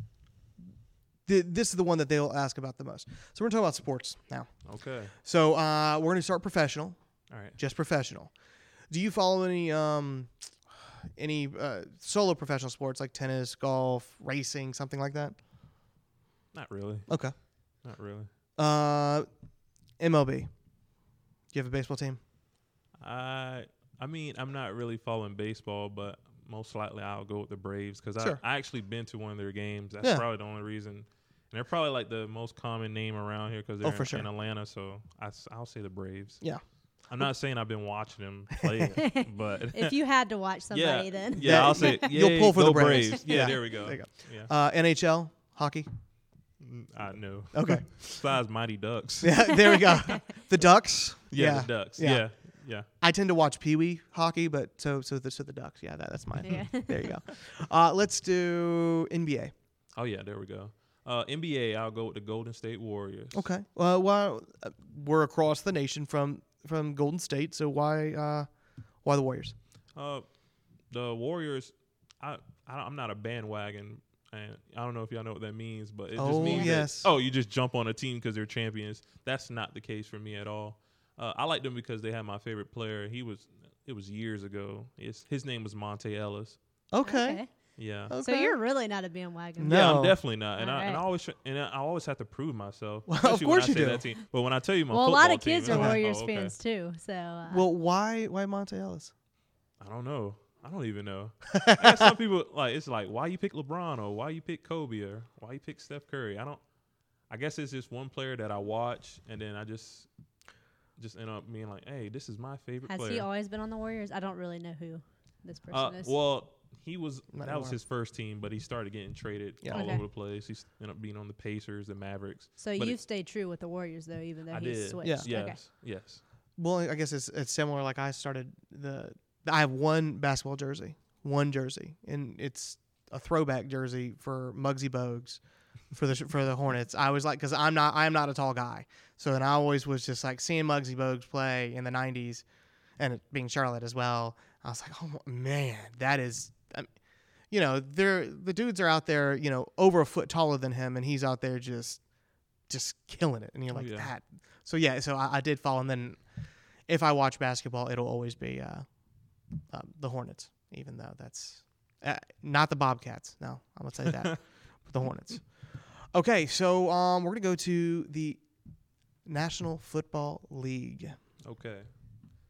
A: Th this is the one that they'll ask about the most so we're gonna talk about sports now
B: Okay.
A: so uh, we're gonna start professional
B: All right.
A: just professional do you follow any um any uh, solo professional sports like tennis golf racing something like that
B: Not really.
A: okay
B: Not really.
A: uh mlb do you have a baseball team
B: I I mean, I'm not really following baseball, but most likely I'll go with the Braves because
A: Sure.
B: I I actually been to one of their games. That's
A: Yeah.
B: probably the only reason. And they're probably like the most common name around here because they're
A: Oh, for
B: in,
A: sure.
B: in Atlanta. So I, will say the Braves.
A: Yeah.
B: I'm not saying I've been watching them play, but
C: if you had to watch
B: yeah,
C: somebody, then
B: yeah,
A: That-
B: I'll say yeah,
A: you'll pull for
B: go
A: the Braves.
B: Yeah,
A: Yeah.
B: there we go.
A: There you go.
B: Yeah,
A: uh nhl hockey
B: Mm, I know.
A: okay
B: Besides Mighty Ducks. Yeah,
A: Yeah, there we go. The Ducks.
B: the Ducks.
A: yeah.
B: Yeah, yeah.
A: I tend to watch Pee Wee hockey, but so so the so the Ducks. Yeah, that, that's mine.
C: Yeah.
A: there you go. Uh, let's do NBA.
B: Oh yeah, there we go. Uh, NBA, I'll go with the Golden State Warriors.
A: Okay. Well, why uh, we're across the nation from from Golden State, so why uh, why the Warriors?
B: Uh, the Warriors, I, I I'm not a bandwagon, and I don't know if y'all know what that means, but it just
A: Oh,
B: means that,
A: yes.
B: oh, you just jump on a team because they're champions. That's not the case for me at all. Uh, I like them because they had my favorite player. He was it was years ago. It's, his name was Monte Ellis.
A: Okay.
B: Yeah.
A: okay.
C: So you're really not a bandwagon.
A: Uh, No.
B: Yeah, I'm definitely not, and I and I
C: Alright.
B: always tr- and I always have to prove myself.
A: Well, of
B: especially
A: course you
B: when I
A: do.
B: say That team. But when I tell you my
C: Well, a lot
B: football
C: of kids
B: team,
C: are
B: I'm like,
C: Warriors
B: "Oh, okay."
C: fans too. So uh,
A: Well, why why Monte Ellis?
B: I don't know. I don't even know. I got some people like it's like why you pick LeBron or why you pick Kobe or why you pick Steph Curry. I don't. I guess it's just one player that I watch and then I just just end up being like, hey, this is my favorite
C: has
B: player.
C: he always been on the Warriors? I don't really know who this person
B: uh,
C: is.
B: well, he was
A: Not
B: that was
A: anymore.
B: his first team, but he started getting traded
A: Yeah.
B: all
C: Okay.
B: over the place. He s- ended up being on the Pacers, the Mavericks.
C: so
B: but
C: you've
B: it-
C: stayed true with the Warriors though, even though
B: I
C: he's
B: did.
C: switched.
A: Yeah.
B: Yes,
C: Okay.
B: yes.
A: Well, I guess it's it's similar. Like I started the I have one basketball jersey, one jersey, and it's a throwback jersey for Muggsy Bogues for the for the Hornets. I was like, because I'm not I'm not a tall guy, so then I always was just like seeing Muggsy Bogues play in the '90s, and it being Charlotte as well. I was like, oh man, that is. I'm- You know, they're the dudes are out there, you know, over a foot taller than him, and he's out there just, just killing it. And you're
B: Oh,
A: like
B: yeah.
A: that. So yeah, so I, I did follow, and then if I watch basketball, it'll always be uh, um, the Hornets, even though that's uh, not the Bobcats. No, I'm gonna say that, but the Hornets. Okay, so um, we're gonna go to the National Football League.
B: Okay.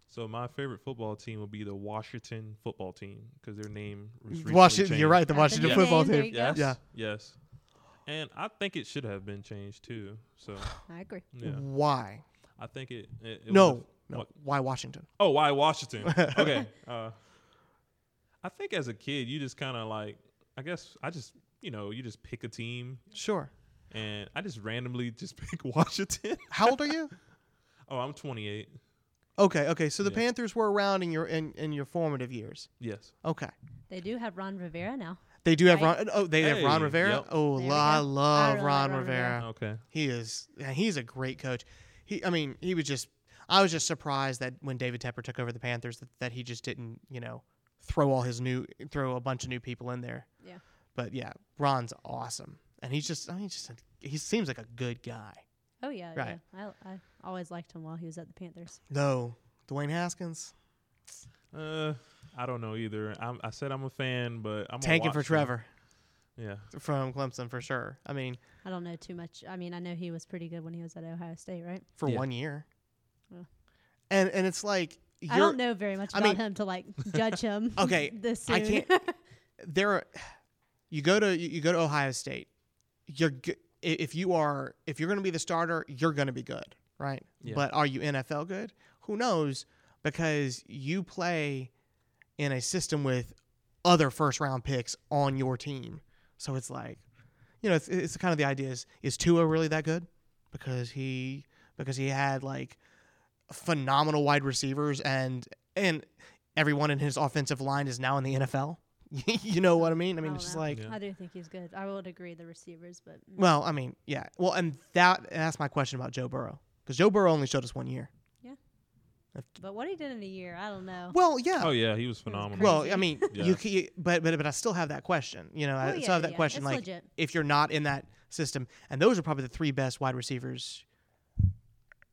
B: So my favorite football team would be the Washington football team because their name was recently
A: Washington, you're
B: changed.
A: right, the
C: That's a
A: Washington
C: good
A: football
C: name, there you
A: team.
C: go.
B: Yes.
A: Yeah.
B: Yes. And I think it should have been changed too. So
C: I agree.
B: yeah,
A: Why?
B: I think it. it, it
A: no,
B: would've-
A: no.
B: what-
A: Why Washington?
B: Oh, why Washington? okay. Uh, I think as a kid, you just kind of like. I guess I just you know you just pick a team,
A: Sure.
B: and I just randomly just pick Washington.
A: How old are you?
B: Oh, I'm 28.
A: Okay, okay. So the
B: Yeah.
A: Panthers were around in your in, in your formative years.
B: Yes.
A: Okay.
C: They do have Ron Rivera now.
A: They do have
C: Right?
A: Ron. Oh, they have Ron
B: Hey,
A: Rivera.
B: yep.
A: Oh,
C: There we
A: la, I
C: go.
A: love
C: I really
A: Ron,
C: like Ron
A: Rivera.
C: Rivera.
B: Okay.
A: He is. yeah, He's a great coach. He. I mean, he was just. I was just surprised that when David Tepper took over the Panthers, that, that he just didn't, you know, throw all his new, throw a bunch of new people in there.
C: Yeah.
A: But yeah, Ron's awesome, and he's just. I mean, he's just. A, he seems like a good guy.
C: Oh yeah,
A: Right.
C: yeah. I, I always liked him while he was at the Panthers.
A: No, Dwayne Haskins.
B: Uh, I don't know either. I'm, I said I'm a fan, but I'm a
A: Tanking for
B: watch
A: Trevor
B: Them. Yeah.
A: from Clemson for sure. I mean,
C: I don't know too much. I mean, I know he was pretty good when he was at Ohio State, right?
A: for
B: Yeah.
A: one year.
C: Yeah.
A: And and it's like you're,
C: I don't know very much
A: I
C: about
A: mean-
C: him to like judge him.
A: Okay,
C: this soon.
A: I there are, you go to you go to Ohio State. You're g- i- if you are if you're going to be the starter, you're going to be good, right?
B: Yeah.
A: But are you NFL good? Who knows because you play in a system with other first round picks on your team. So it's like you know, it's, it's kind of the idea is is Tua really that good? Because he because he had like phenomenal wide receivers and and everyone in his offensive line is now in the NFL. you know what I mean? I mean,
C: I
A: it's
C: don't
A: just
C: know.
A: like
B: Yeah.
C: I do think he's good. I would agree the receivers, but mm,
A: well, I mean, yeah. Well, and that and that's my question about Joe Burrow because Joe Burrow only showed us one year.
C: but what he did in a year, I don't know.
A: Well, yeah.
B: Oh yeah, he was phenomenal.
A: well,
C: crazy.
A: I mean,
B: Yeah.
A: you, c- you but but but I still have that question. You know, Uh, I
C: Well,
A: still
C: Oh, yeah,
A: have that
C: yeah,
A: question.
C: it's
A: like,
C: legit.
A: if you're not in that system, and those are probably the three best wide receivers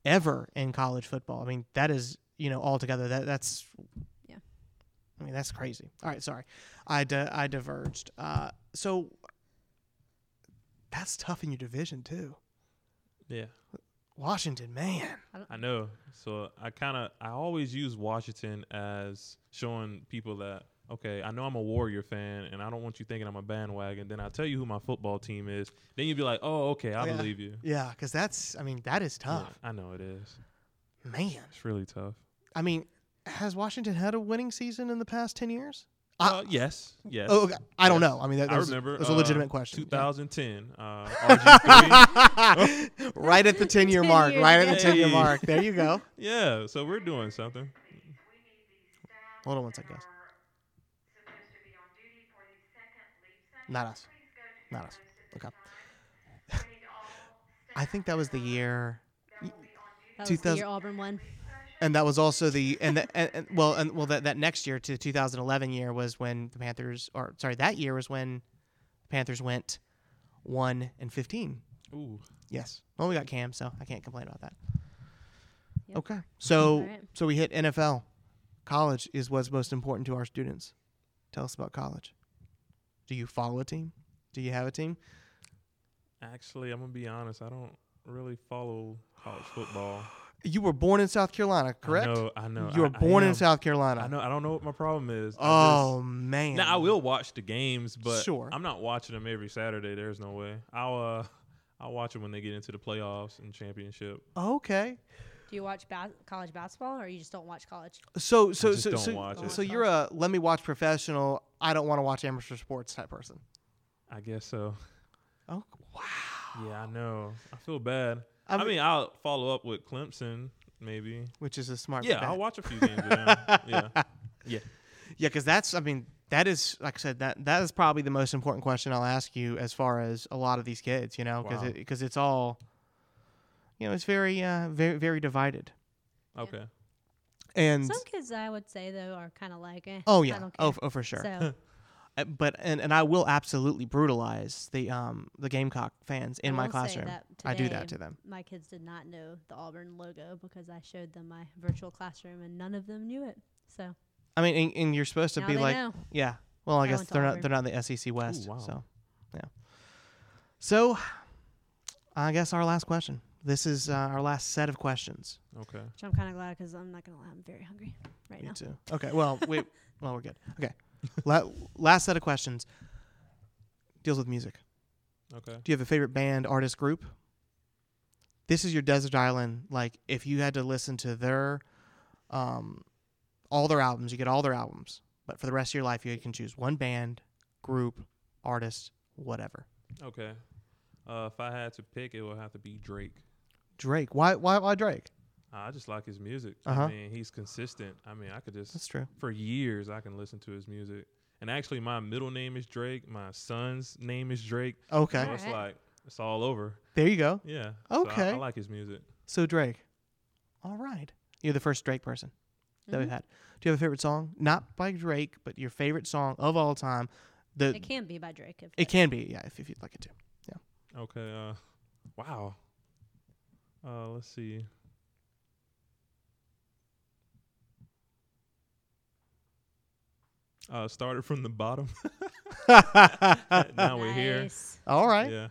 A: ever in college football. I mean, that is you know altogether that that's
C: Yeah.
A: I mean, that's crazy. All right, sorry, I di- I diverged. Uh, so that's tough in your division too.
B: yeah,
A: Washington, man.
B: I know. So I kind of I always use Washington as showing people that okay, I know I'm a Warrior fan, and I don't want you thinking I'm a bandwagon. Then I tell you who my football team is. Then you'd be like, oh, okay, I
A: Yeah. Ah.
B: believe you.
A: Yeah, because that's I mean that is
B: Yeah,
A: tough,
B: I know it is.
A: man.
B: It's really tough.
A: I mean, has Washington had a winning season in the past ten years? I-
B: Uh, yes, yes.
A: Ah. Oh, okay. I don't
B: Yes.
A: know. I mean, that, that
B: I
A: was,
B: remember.
A: it was a
B: uh,
A: legitimate question. Yeah.
B: 2010. Uh, RG3.
A: right at the 10 year
C: 10
A: mark.
C: years
A: Right at the
C: ago.
A: 10 year
B: Hey.
A: mark. There you go.
B: yeah. So we're doing something.
A: Hold on one second, guys. Not us. Not us. Okay. I think that was the year,
C: That was the
A: 2000
C: year Auburn won.
A: and that was also the and, the, and, and well and well that, that next year to 2011 year was when the Panthers or sorry that year was when the Panthers went one and 15.
B: Ooh.
A: Yes. Well, we got Cam, so I can't complain about that.
C: Yep.
A: Okay. So
C: All right.
A: so we hit NFL. College is what's most important to our students. Tell us about college. Do you follow a team? Do you have a team?
B: Actually, I'm gonna be honest. I don't really follow college football.
A: You were born in South Carolina, correct?
B: I know. I know.
A: you were
B: I- I
A: born in
B: am.
A: South Carolina.
B: I know. I don't know what my problem is. I
A: Oh man.
B: just, now I will watch the games, but
A: Sure.
B: I'm not watching them every Saturday. There's no way. I'll uh, I'll watch them when they get into the playoffs and championship.
A: Okay.
C: Do you watch bas- college basketball, or you just don't watch college?
A: So so
B: just
A: so
B: don't
A: so,
B: watch
A: so,
B: it.
A: you're a let me watch professional. I don't want to watch amateur sports type person.
B: I guess so.
A: Oh wow.
B: Yeah, I know. I feel bad.
A: I
B: I
A: mean-
B: mean, I'll follow up with Clemson, maybe.
A: Which is a smart
B: Yeah,
A: bet.
B: I'll watch a few games. With them. Yeah, yeah.
A: Yeah, because that's I mean that is like I said that that is probably the most important question I'll ask you as far as a lot of these kids, you know, because
B: Wow.
A: because it's all, you know, it's very uh very very divided
B: Okay.
A: and
C: Some kids, I would say though, are kind of like, eh,
A: oh
C: I
A: yeah
C: don't care.
A: oh, f- oh for sure
C: So
A: Uh, but and and I will absolutely brutalize the um the Gamecock fans in
C: I
A: my
C: will say
A: classroom.
C: that
A: I do that
C: today-
A: to them.
C: my kids did not know the Auburn logo because I showed them my virtual classroom and none of them knew it. So
A: I mean, and, and you're supposed to
C: now
A: be
C: they
A: like
C: know.
A: yeah. Well, I,
C: I
A: guess
C: went to
A: they're not
C: Auburn.
A: they're not in the SEC West,
B: wow.
A: so yeah. So, I guess our last question. This is uh, our last set of questions.
B: Okay.
C: Which I'm kind of glad because I'm not gonna lie, I'm very hungry right
A: Me
C: now.
A: too. Okay. Well, we well we're good. Okay. La- last set of questions deals with music.
B: Okay.
A: Do you have a favorite band, artist, group? This is your desert island. Like, if you had to listen to their, um, all their albums, you get all their albums. But for the rest of your life, you can choose one band, group, artist, whatever.
B: Okay. Uh, if I had to pick, it would have to be Drake.
A: Drake. Why? Why? Why Drake?
B: I just like his music.
A: Uh-huh.
B: I mean, he's consistent. I mean, I could just
A: That's true.
B: for years I can listen to his music. And actually, my middle name is Drake. My son's name is Drake.
A: Okay.
B: So it's
C: Alright.
B: like it's all over.
A: There you go.
B: Yeah. So I-
A: Okay.
B: I, like his music.
A: So Drake. All right. Mm-hmm. You're the first Drake person that we've
C: Mhm.
A: had. Do you have a favorite song? Not by Drake, but your favorite song of all time. The
C: It can be by Drake. If
A: it can be, yeah, if, if you'd like it to.
B: Okay. Uh, wow. Uh, let's see. Uh, started from the bottom. now we're here.
C: Nice.
A: All right.
B: Yeah.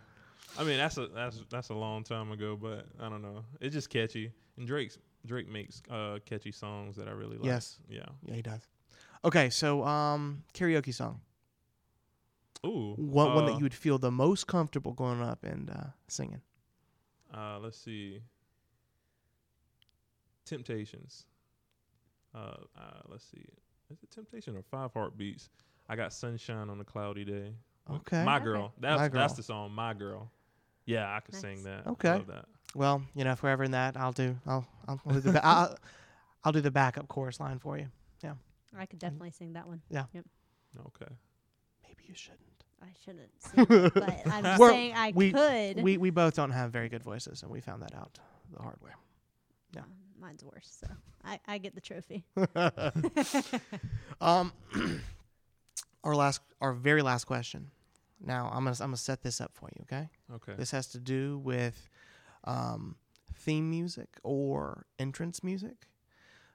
B: I mean, that's a that's that's a long time ago, but I don't know. It's just catchy, and Drake's Drake makes uh, catchy songs that I really like.
A: Yes.
B: Yeah.
A: Yeah, he does. Okay, so um karaoke song.
B: Ooh.
A: What one that
B: uh,
A: you would feel the most comfortable going up and uh, singing?
B: Uh, let's see. Temptations. Uh, uh, let's see. Is it Temptation or Five Heartbeats? I got Sunshine on a Cloudy Day. with
A: Okay.
B: My
C: Okay.
B: girl. That's
A: My
B: that's
A: Girl.
B: the song. My girl. Yeah, I could sing
C: Nice.
B: that. I
A: Okay.
B: love that.
A: well, you know, if we're ever in that, I'll do I'll I'll, I'll do the ba- I'll, I'll do the backup chorus line for you.
C: I could definitely sing that one.
B: Okay.
A: Maybe you shouldn't.
C: I shouldn't sing it, but I'm
A: Well,
C: saying I
A: we-
C: could.
A: We we both don't have very good voices, and we found that out the hard way. yeah.
C: Um, Mine's worse, so I, I get the trophy.
A: Um, our last, our very last question. Now I'm gonna I'm gonna set this up for you. Okay,
B: Okay.
A: this has to do with um, theme music or entrance music.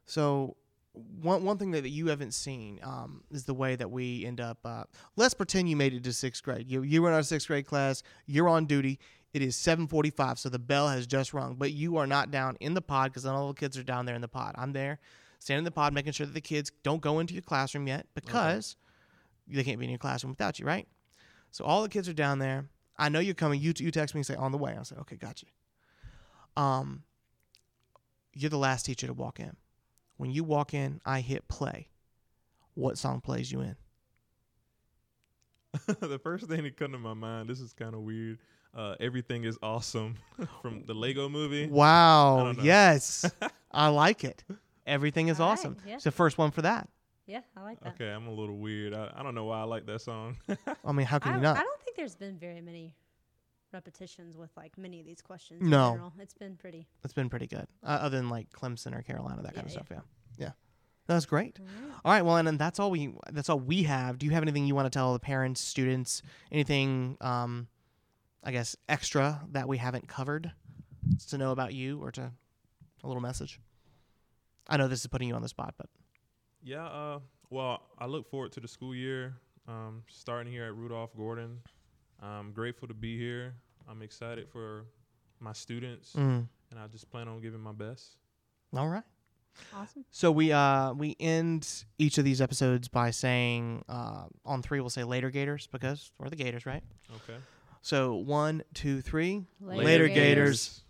A: So one one thing that, that you haven't seen um, is the way that we end up. Uh, let's pretend you made it to sixth grade. You you were in our sixth grade class. You're on duty. It is 7:45, so the bell has just rung. But you are not down in the pod because all the kids are down there in the pod. I'm there, standing in the pod, making sure that the kids don't go into your classroom yet because they can't be in your classroom without you, right? So all the kids are down there. I know you're coming. You you text me and say on the way. I said, okay, got you. Um, you're the last teacher to walk in. When you walk in, I hit play. What song plays you in?
B: the first thing that come to my mind. This is kind of weird. Uh, Everything is awesome from the Lego Movie. I
A: Wow.
B: don't know.
A: Yes. I like it. Everything is
C: All right,
A: awesome.
C: yeah.
A: It's the first one for that.
C: Yeah, I like that.
B: Okay, I'm a little weird. I, I don't know why I like that song.
A: I mean, how
C: I,
A: can you
C: don't- I
A: not?
C: don't think there's been very many repetitions with like many of these questions. in
A: No.
C: general. it's been pretty.
A: It's been pretty good. Uh, other than like Clemson or Carolina, that kind of
C: Yeah,
A: stuff. Yeah. Yeah. That's great. All right. Well, and, then that's all we that's all we have. Do you have anything you want to tell the parents, students, anything? Um, I guess extra that we haven't covered to know about you or to a little message. I know this is putting you on the spot, but
B: Yeah, uh, well, I look forward to the school year um, starting here at Rudolph Gordon. I'm grateful to be here. I'm excited for my students,
A: Mm.
B: and I just plan on giving my best.
A: all right.
C: Awesome.
A: So we uh we end each of these episodes by saying uh, on three we'll say later Gators because we're the Gators, right?
B: Okay.
A: So one, two, three.
C: Later,
A: Gators.